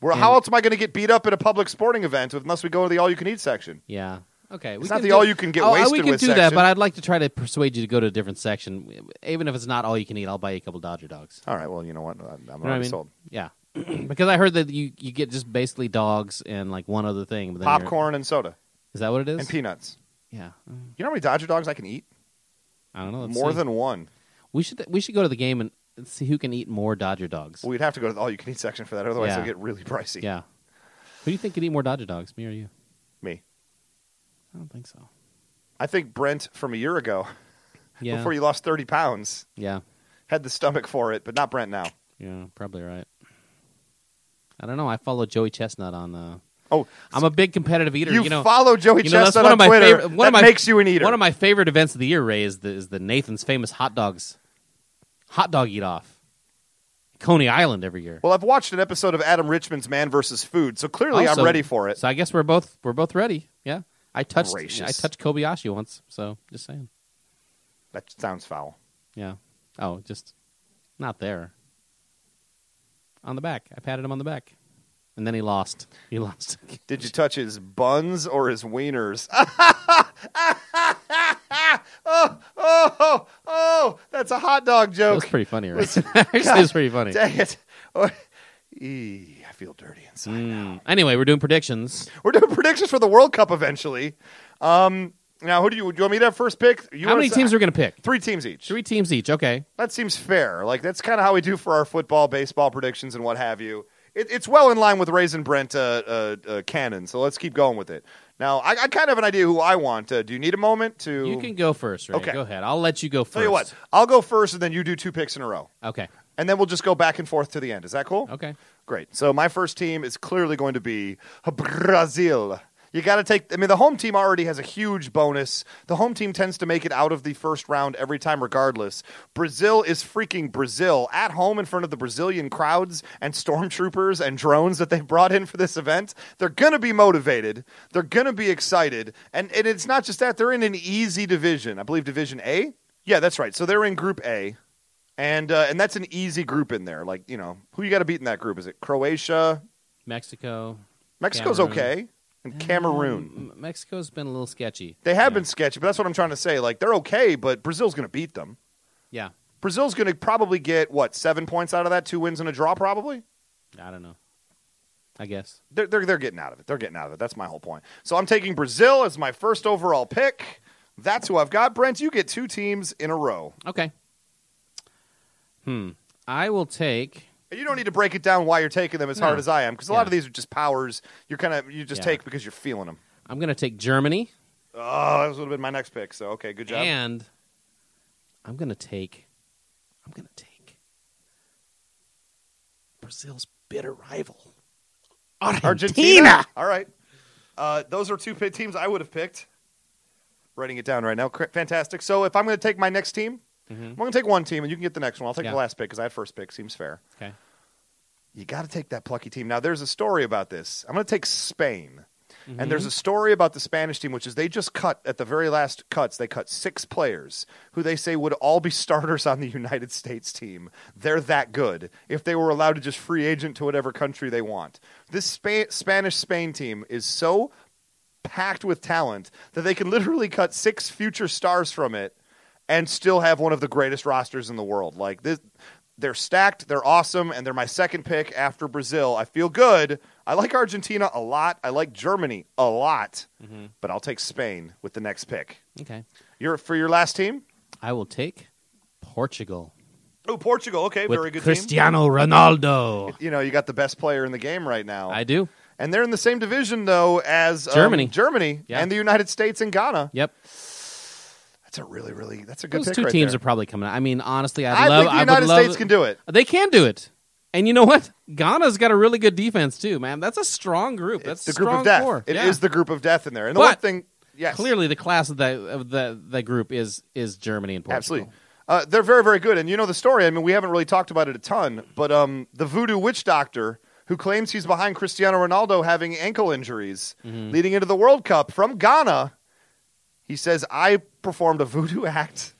Well, how And- else am I going to get beat up at a public sporting event unless we go to the all-you-can-eat section? Yeah. Okay. It's not the all you can get oh, I- wasted We can with do that, section. but I'd like to try to persuade you to go to a different section. Even if it's not all you can eat, I'll buy you a couple Dodger dogs. All right. Well, you know what? You I'm I'm already know what I mean? sold. Yeah. because I heard that you, you get just basically dogs and like one other thing. But then you're- Popcorn and soda Is that what it is? and peanuts. yeah. Mm, You know how many Dodger dogs I can eat? I don't know. Let's More see. than one. we should we should go to the game and see who can eat more Dodger dogs. Well, we'd have to go to the all-you-can-eat section for that. Otherwise, Yeah. it'll get really pricey. Yeah. Who do you think could eat more Dodger dogs, me or you? Me. I don't think so. I think Brent from a year ago, Yeah. before you lost 30 pounds, yeah. had the stomach for it, but not Brent now. Yeah. Probably right. I don't know. I follow Joey Chestnut on. Uh, Oh, I'm a big competitive eater. you, You, know, follow Joey you know, that's Chestnut one on of my Twitter. favorite- one that of my- makes you an eater. one of my favorite events of the year, Ray, is the, is the Nathan's famous hot dogs, hot dog eat off, Coney Island every year. well, I've watched an episode of Adam Richman's Man versus Food, so clearly Also- I'm ready for it. So I guess we're both we're both ready. Yeah. I touched Gracious. I touched Kobayashi once, so just saying. That sounds foul. Yeah. Oh, just not there. On the back. I patted him on the back. And then he lost. He lost. Did you touch his buns or his wieners? oh, oh, oh, oh, that's a hot dog That joke. was pretty funny, right? Actually, it was pretty funny. Dang it. Oh, Eee, I feel dirty inside. Mm. Anyway, we're doing predictions. We're doing predictions for the World Cup eventually. Um, now, who do you, do you want me to have first pick? You How wanna many s- teams are we going to pick? Three teams each. Three teams each. Okay. That seems fair. Like that's kind of how we do for our football, baseball predictions, and what have you. It, it's well in line with Raisin Brent uh, uh, uh, canon, so let's keep going with it. Now, I, I kind of have an idea who I want. Uh, do you need a moment to? You can go first, Ray. Okay. Go ahead. I'll let you go first. tell you what. I'll go first, and then you do two picks in a row, Okay. and then we'll just go back and forth to the end. Is that cool? Okay. Great. So my first team is clearly going to be Brazil. You got to take. I mean, the home team already has a huge bonus. The home team tends to make it out of the first round every time, regardless. Brazil is freaking Brazil at home in front of the Brazilian crowds and stormtroopers and drones that they brought in for this event. They're gonna be motivated. They're gonna be excited, and, and it's not just that they're in an easy division. I believe Division A. Yeah, that's right. So they're in Group A and uh, and that's an easy group in there. Like you know, who you got to beat in that group? Is it Croatia? Mexico. Mexico's Cameroon. okay, and Cameroon. M- Mexico's been a little sketchy. They have Yeah. been sketchy, but that's what I'm trying to say. Like they're okay, but Brazil's going to beat them. Yeah. Brazil's going to probably get what seven points out of that, two wins and a draw, probably. I don't know. I guess. They're, they're, they're getting out of it. They're getting out of it. That's my whole point. So I'm taking Brazil as my first overall pick. That's who I've got. Brent, you get two teams in a row. Okay. Hmm. I will take. You don't need to break it down why you're taking them as No. hard as I am, because a Yeah. lot of these are just powers. You're kind of you just Yeah. take because you're feeling them. I'm going to take Germany, Oh, that would have been my next pick. So okay, good job. and I'm going to take. I'm going to take Brazil's bitter rival. Argentina. All right. Uh, those are two pi teams I would have picked. Writing it down right now. Cr- Fantastic. So if I'm going to take my next team, I'm going to take one team, and you can get the next one. I'll take Mm-hmm. Yeah. the last pick because I had first pick. Seems fair. Okay. You got to take that plucky team. Now there's a story about this. I'm going to take Spain. And there's a story about the Spanish team, which is they just cut at the very last cuts. They cut six players who they say would all be starters on the United States team. They're that good if they were allowed to just free agent to whatever country they want. This Spa- Spanish Spain team is so packed with talent that they can literally cut six future stars from it and still have one of the greatest rosters in the world. Like this, they're stacked, they're awesome, and they're my second pick after Brazil. I feel good. I like Argentina a lot. I like Germany a lot, but I'll take Spain with the next pick. Okay. You're for your last team. I will take Portugal Oh, Portugal. Okay, with very good team. Cristiano Ronaldo. You know, you got the best player in the game right now. I do. and they're in the same division though as um, Germany. Germany, Yeah. and the United States and Ghana. Yep. That's a really, really that's a good Those pick two right teams there. are probably coming out. I mean, honestly, I'd I love. think I the would United love, States can do it. They can do it. And you know what? Ghana's got a really good defense too, man. That's a strong group. That's It's a the group strong of death. core. It is Yeah. the group of death in there. And the But- one thing, yes, clearly the class of that of the that group is is Germany and Portugal. absolutely. Uh, they're very, very good. And you know the story. I mean, we haven't really talked about it a ton, but um, the voodoo witch doctor who claims he's behind Cristiano Ronaldo having ankle injuries Mm-hmm. leading into the World Cup from Ghana, he says, I performed a voodoo act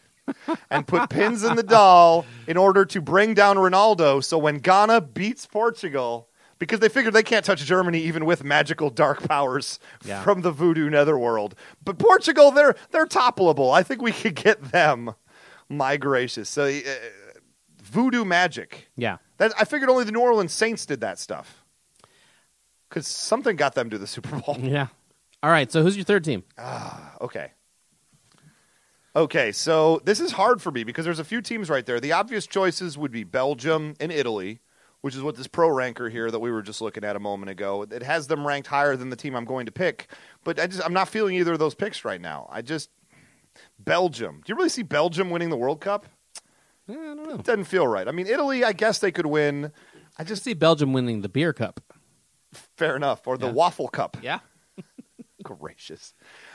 and put pins in the doll in order to bring down Ronaldo. So when Ghana beats Portugal, because they figured they can't touch Germany even with magical dark powers Yeah. from the voodoo netherworld. But Portugal, they're they're toppleable. I think we could get them. My gracious. So uh, voodoo magic. Yeah. That, I figured only the New Orleans Saints did that stuff. Because something got them to the Super Bowl. Yeah. All right. So who's your third team? Okay. Okay, so this is hard for me because there's a few teams right there. The obvious choices would be Belgium and Italy, which is what this pro ranker here that we were just looking at a moment ago. It has them ranked higher than the team I'm going to pick, but I just I'm not feeling either of those picks right now. I just Belgium. Do you really see Belgium winning the World Cup? Eh, I don't know. Doesn't feel right. I mean, Italy, I guess they could win. I Just just see Belgium winning the beer cup. fair enough or the Yeah. Waffle Cup. Yeah. gracious.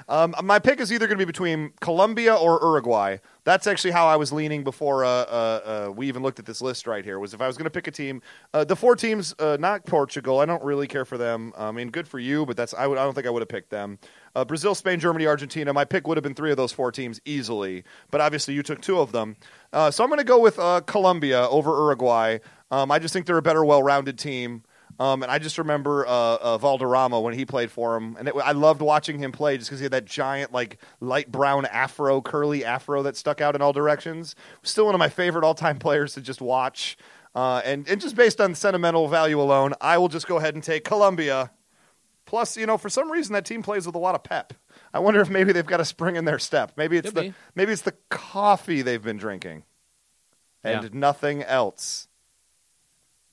Um, my pick is either going to be between Colombia or Uruguay. That's actually how I was leaning before uh, uh, uh, we even looked at this list right here. Was if I was going to pick a team, uh, the four teams, uh, not Portugal. I don't really care for them. I mean, good for you, but that's I, would, I don't think I would have picked them. Uh, Brazil, Spain, Germany, Argentina. My pick would have been three of those four teams easily, but obviously you took two of them. Uh, so I'm going to go with uh, Colombia over Uruguay. Um, I just think they're a better, well-rounded team. Um, and I just remember uh, uh, Valderrama when he played for him, and it, I loved watching him play just because he had that giant, like light brown afro, curly afro that stuck out in all directions. Still one of my favorite all-time players to just watch. Uh, and, and just based on sentimental value alone, I will just go ahead and take Columbia. Plus, you know, for some reason that team plays with a lot of pep. I wonder if maybe they've got a spring in their step. Maybe it's Could the be. maybe it's the coffee they've been drinking, and Yeah. nothing else,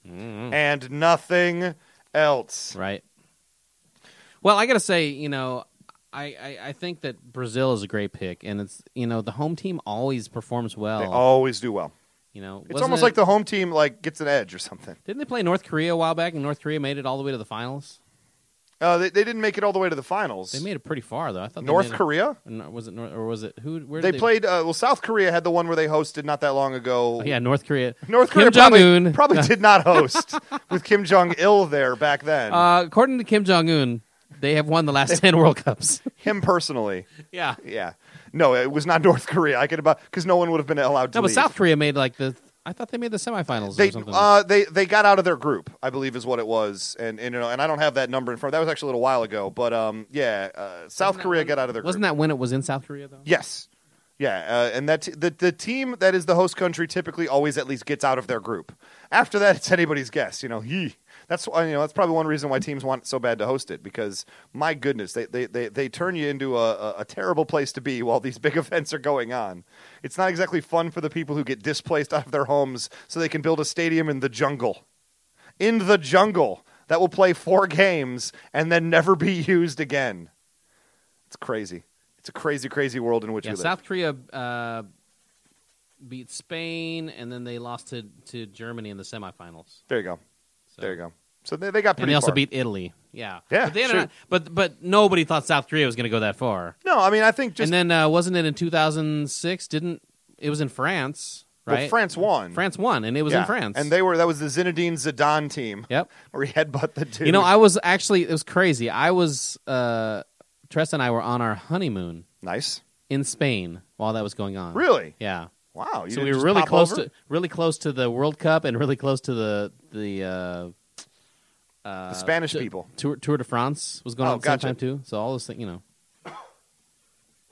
Mm. and nothing else. Right. Well, I got to say, you know, I, I, I think that Brazil is a great pick, and it's you know the home team always performs well. They always do well. you know, It's wasn't almost it- like the home team like gets an edge or something. didn't they play North Korea a while back, and North Korea made it all the way to the finals. Uh, they, they didn't make it all the way to the finals. They made it pretty far though. I thought they North made it- Korea. or no- was it North or was it who? Where They, did they played. Uh, well, South Korea had the one where they hosted not that long ago. Oh, yeah, North Korea. North Korea Kim probably, Jong-un. probably did not host with Kim Jong Il there back then. Uh, according to Kim Jong Un, they have won the last ten World Cups. Him personally, yeah, yeah. No, it was not North Korea. I could about because no one would have been allowed to. no, but leave. South Korea made like the. I thought they made the semifinals They or something. uh, they they got out of their group, I believe is what it was, and and, you know, and I don't have that number in front. That was actually a little while ago, but um, yeah, uh, Wasn't South that Korea when- got out of their Wasn't group. that when it was in South Korea though? yes, yeah, uh, and that t- the the team that is the host country typically always at least gets out of their group. After that, it's anybody's guess. You know, he. That's why- you know that's probably one reason why teams want so bad to host it because my goodness they they, they, they turn you into a, a, a terrible place to be while these big events are going on. It's not exactly fun for the people who get displaced out of their homes so they can build a stadium in the jungle in the jungle that will play four games and then never be used again. It's crazy. It's a crazy, crazy world in which Yeah, we live. South Korea uh, beat Spain, and then they lost to, to Germany in the semifinals. there you go. So. There you go. So they, they got And pretty. they also far. beat Italy. Yeah, Yeah, But, they ended sure. up- but but nobody thought South Korea was going to go that far. No, I mean I think just and then uh, wasn't it in 2006? Didn't it was in France, well, right? France won. France won, and it was Yeah. in France. and they were that was the Zinedine Zidane team yep. where he headbutt the dude. You know, I was actually it was crazy. I was uh, Tress and I were on our honeymoon nice. in Spain while that was going on. Really? Yeah. Wow. You so didn't we were just really pop close over? to really close to the World Cup and really close to the the, uh, uh, the Spanish to- people. Tour, Tour de France was going Oh, on at the same gotcha. time too. So all those things, you know,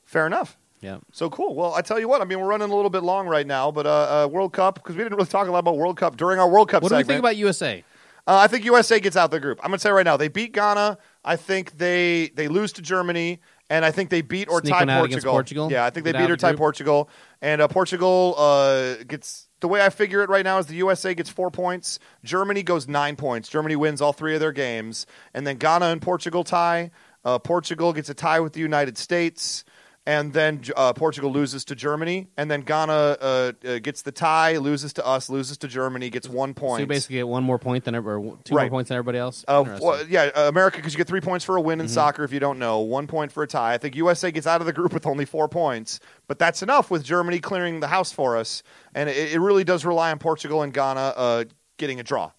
Fair enough. yeah. So cool. Well, I tell you what. I mean, we're running a little bit long right now, but uh, uh, World Cup because we didn't really talk a lot about World Cup during our World Cup. What do we segment. think about USA? Uh, I think USA gets out the group. I'm gonna say right now they beat Ghana. I think they they lose to Germany, and I think they beat or Sneak one tie out against Portugal. Portugal? Yeah, I think they Get beat out or of the tie group? Portugal, and uh, Portugal uh, gets. The way I figure it right now is the USA gets four points, Germany goes nine points. Germany wins all three of their games, and then Ghana and Portugal tie. Uh, Portugal gets a tie with the United States, and then uh, Portugal loses to Germany, and then Ghana uh, uh, gets the tie, loses to us, loses to Germany, gets one So you point. basically get one more point than every, or two Right. more points than everybody else. Uh, Interesting. Mm-hmm. well, yeah, uh, America because you get three points for a win in soccer if you don't know, one point for a tie. I think USA gets out of the group with only four points, but that's enough with Germany clearing the house for us, and it, it really does rely on Portugal and Ghana uh, getting a draw.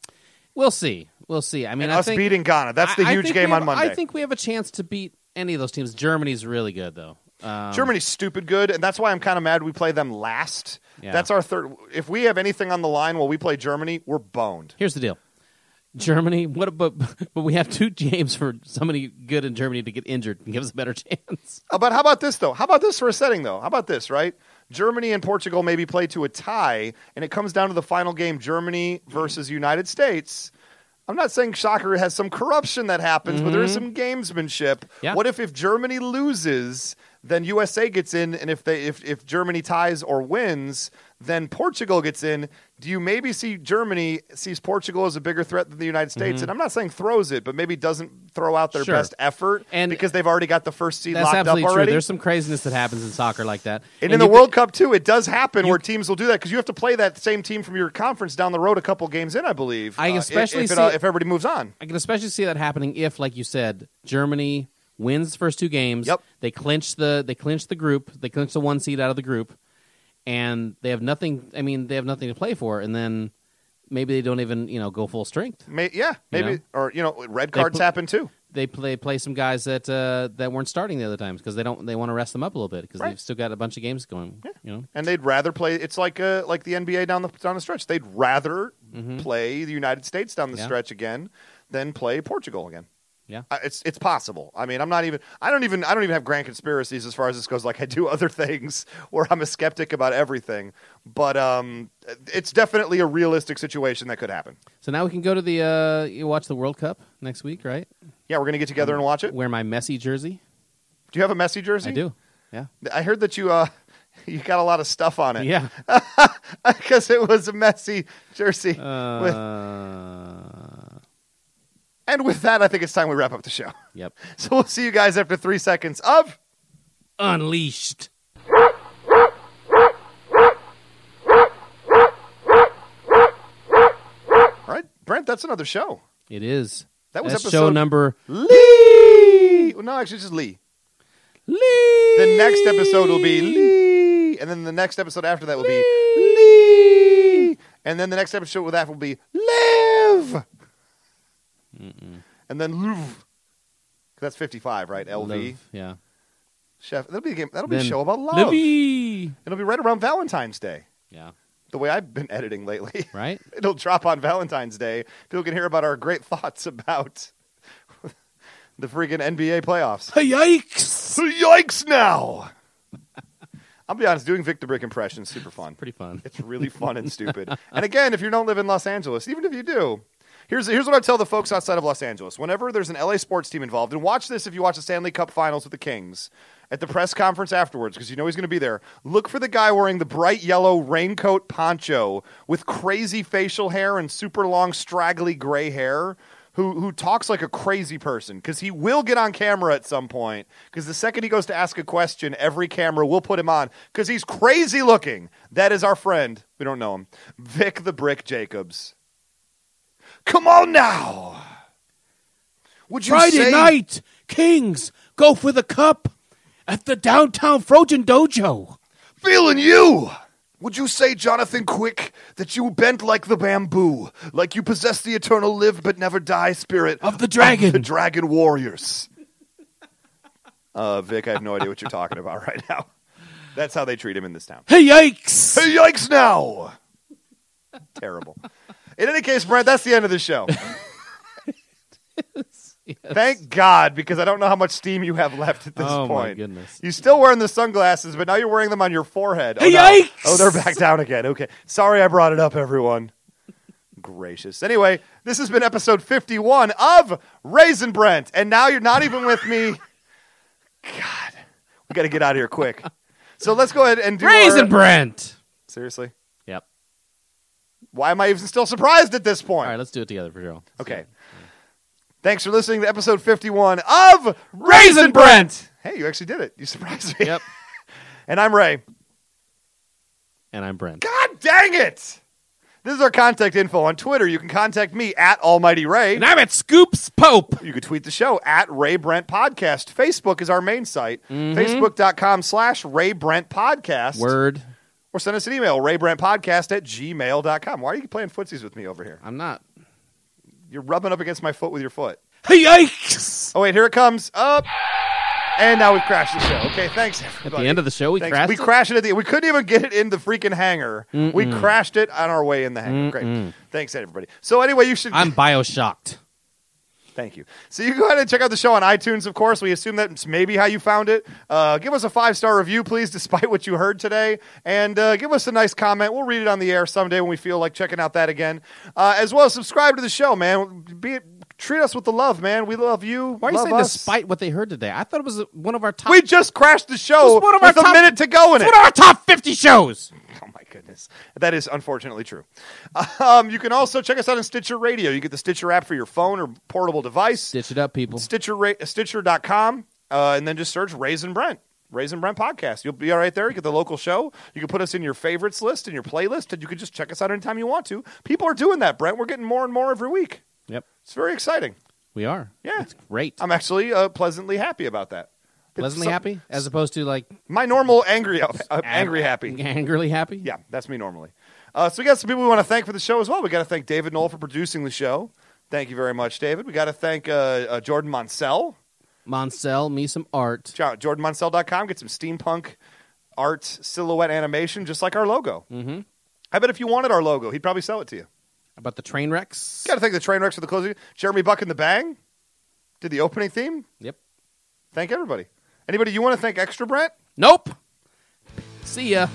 We'll see. We'll see. I mean, And I us think beating Ghana. That's the I- I huge think game we have- on Monday. I think we have a chance to beat any of those teams. Germany's really good though. Um, Germany's stupid good, and that's why I'm kind of mad we play them last. Yeah. That's our third. If we have anything on the line while we play Germany, we're boned. Here's the deal. Germany, what? But but we have two games for somebody good in Germany to get injured and give us a better chance. Uh, But how about this though? How about this for a setting though? How about this, right? Germany and Portugal maybe play to a tie, and it comes down to the final game: Germany Mm-hmm. versus United States. I'm not saying soccer has some corruption that happens, but there is some gamesmanship. Mm-hmm. Yeah. What if if Germany loses, then USA gets in, and if they if if Germany ties or wins, then Portugal gets in. Do you maybe see Germany sees Portugal as a bigger threat than the United States? And I'm not saying throws it, but maybe doesn't throw out their Mm-hmm. Sure. best effort And- because they've already got the first seed That's locked up absolutely true. already. There's some craziness that happens in soccer like that. And And, in the you- World Cup too, it does happen where teams will do that because you have to play that same team from your conference down the road a couple games in, I believe. I uh, if- especially if, it, see uh, it- if everybody moves on. I can especially see that happening if, like you said, Germany wins the first two games. Yep. They clinch the they clinch the group. They clinch the one seed out of the group, and they have nothing. I mean, they have nothing to play for, and then maybe they don't even you know go full strength. May, yeah, maybe know? or you know, red They cards put- happen too. They play play some guys that uh, that weren't starting the other times because they don't they want to rest them up a little bit because Right. they've still got a bunch of games going. You know. and they'd rather play. It's like uh, like the NBA down the down the stretch. They'd rather play the United States down the Mm-hmm. Yeah. stretch again than play Portugal again. Yeah. I- it's it's possible. I mean, I'm not even. I don't even. I don't even have grand conspiracies as far as this goes. Like I do other things where I'm a skeptic about everything. But um, it's definitely a realistic situation that could happen. So now we can go to the uh, you watch the World Cup next week, right? Yeah, we're gonna get together and watch it. Wear my messy jersey. Do you have a Messi jersey? Um, I do. Yeah. I heard that you uh, you got a lot of stuff on it. Yeah. because it was a Messi jersey. Uh, and with that, I think it's time we wrap up the show. yep. So we'll see you guys after three seconds of. Unleashed. All right, Brent, that's another show. It is. That was That's episode show number. Lee. Well, no, actually, it's just Lee. Lee. The next episode will be Lee, and then the next episode after that will be Lee, and then the next episode with that will be Live, and then Live. That's fifty-five, right? LV Live, Yeah. chef. That'll be a game. That'll be a Then show about love. Livy. It'll be right around Valentine's Day. Yeah. The way I've been editing lately. Right. It'll drop on Valentine's Day. People can hear about our great thoughts about the freaking NBA playoffs. Yikes! Yikes now! I'll be honest, doing Victor Brick impressions super fun. Pretty fun. It's really fun and stupid. And again, if you don't live in Los Angeles, even if you do, here's here's what I tell the folks outside of Los Angeles. Whenever there's an LA sports team involved, and watch this if you watch the Stanley Cup Finals with the Kings at the press conference afterwards, because you know he's going to be there. Look for the guy wearing the bright yellow raincoat poncho with crazy facial hair and super long straggly gray hair. Who, who talks like a crazy person because he will get on camera at some point because the second he goes to ask a question every camera will put him on because he's crazy looking that is our friend we don't know him vic the brick jacobs Come on now. Would you Friday say, night, Kings go for the cup at the downtown Frozen Dojo. feeling you? Would you say, Jonathan Quick, that you bent like the bamboo, like you possess the eternal live but never die spirit Of the the dragon. dragon warriors? Uh, Vic, I have no idea what you're talking about right now. That's how they treat him in this town. Hey, yikes! Hey, yikes now! Terrible. In any case, Brent, that's the end of the show. Thank God, because I don't know how much steam you have left at this oh point. my goodness. You're still wearing the sunglasses, but now you're wearing them on your forehead. Oh, Hey, no. yikes! Oh, they're back down again. Okay. Sorry I brought it up, everyone. Gracious. Anyway, this has been episode 51 of Raisin Brent, and now you're not even with me. God, we got to get out of here quick. So let's go ahead and do Raisin our- Brent. Seriously? Yep. Why am I even still surprised at this All point? right, let's do it together for Gerald. okay. Thanks for listening to episode 51 of Raisin Brent. Hey, you actually did it. You surprised me. Yep. And I'm Ray. And I'm Brent. God dang it! This is our contact info on Twitter. You can contact me at Almighty Ray. And I'm at Scoops Pope. You can tweet the show at Ray Brent Podcast. Facebook is our main site. Facebook.com slash Ray Brent Podcast. Mm-hmm. Word. Or send us an email, raybrentpodcast at gmail.com. Why are you playing footsies with me over here? I'm not. You're rubbing up against my foot with your foot. Hey, yikes! Oh, wait, here it comes. Up. And now we've crashed the show. Okay, thanks, At everybody. the end of the show, we Thanks. crashed. We it? crashed it at the We couldn't even get it in the freaking hangar. We crashed it on our way in the hangar. Great. Thanks, everybody. So, anyway, you should. I'm bioshocked. Thank you. So you go ahead and check out the show on iTunes, of course. We assume that's maybe how you found it. Uh, give us a five star review, please, despite what you heard today. And uh, give us a nice comment. We'll read it on the air someday when we feel like checking out that again. Uh, as well as subscribe to the show, man. Be, treat us with the love, man. We love you. Why are you love saying us. despite what they heard today? I thought it was one of our top. We just crashed the show It's one of our with a top- minute to go in it's one it. of our top 50 shows. Oh my goodness, that is unfortunately true. Um, you can also check us out on Stitcher Radio. You get the Stitcher app for your phone or portable device. Stitch it up, people. Stitcher ra- Stitcher.com, uh, and then just search Raisin Brent. Raisin Brent podcast. You'll be all right there. You get the local show. You can put us in your favorites list and your playlist, and you can just check us out anytime you want to. People are doing that, Brent. We're getting more and more every week. Yep. It's very exciting. We are. Yeah. It's great. I'm actually uh, pleasantly happy about that. It's Pleasantly so- happy as opposed to like My normal angry, uh, angry happy. Angrily happy? Yeah, that's me normally. Uh, so we got some people we want to thank for the show as well. We got to thank David Knoll for producing the show. Thank you very much, David. We got to thank uh, uh, Jordan Monsell. Monsell, me some art. Jo- JordanMonsell.com. Get some steampunk art silhouette animation, just like our logo. Mm-hmm. I bet if you wanted our logo, he'd probably sell it to you. About the train wrecks. Got to thank the train wrecks for the closing. Jeremy Buck and the Bang. did the opening theme. Yep. Thank everybody. Anybody you want to thank extra, Brent? Nope. See ya.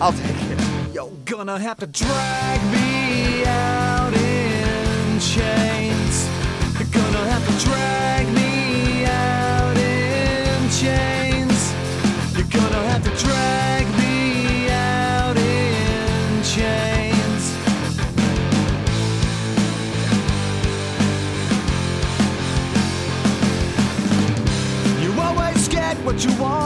I'll take it. You're gonna have to drag me out in chains. You're gonna have to drag me out in chains. You're gonna have to drag me out in chains. You always get what you want.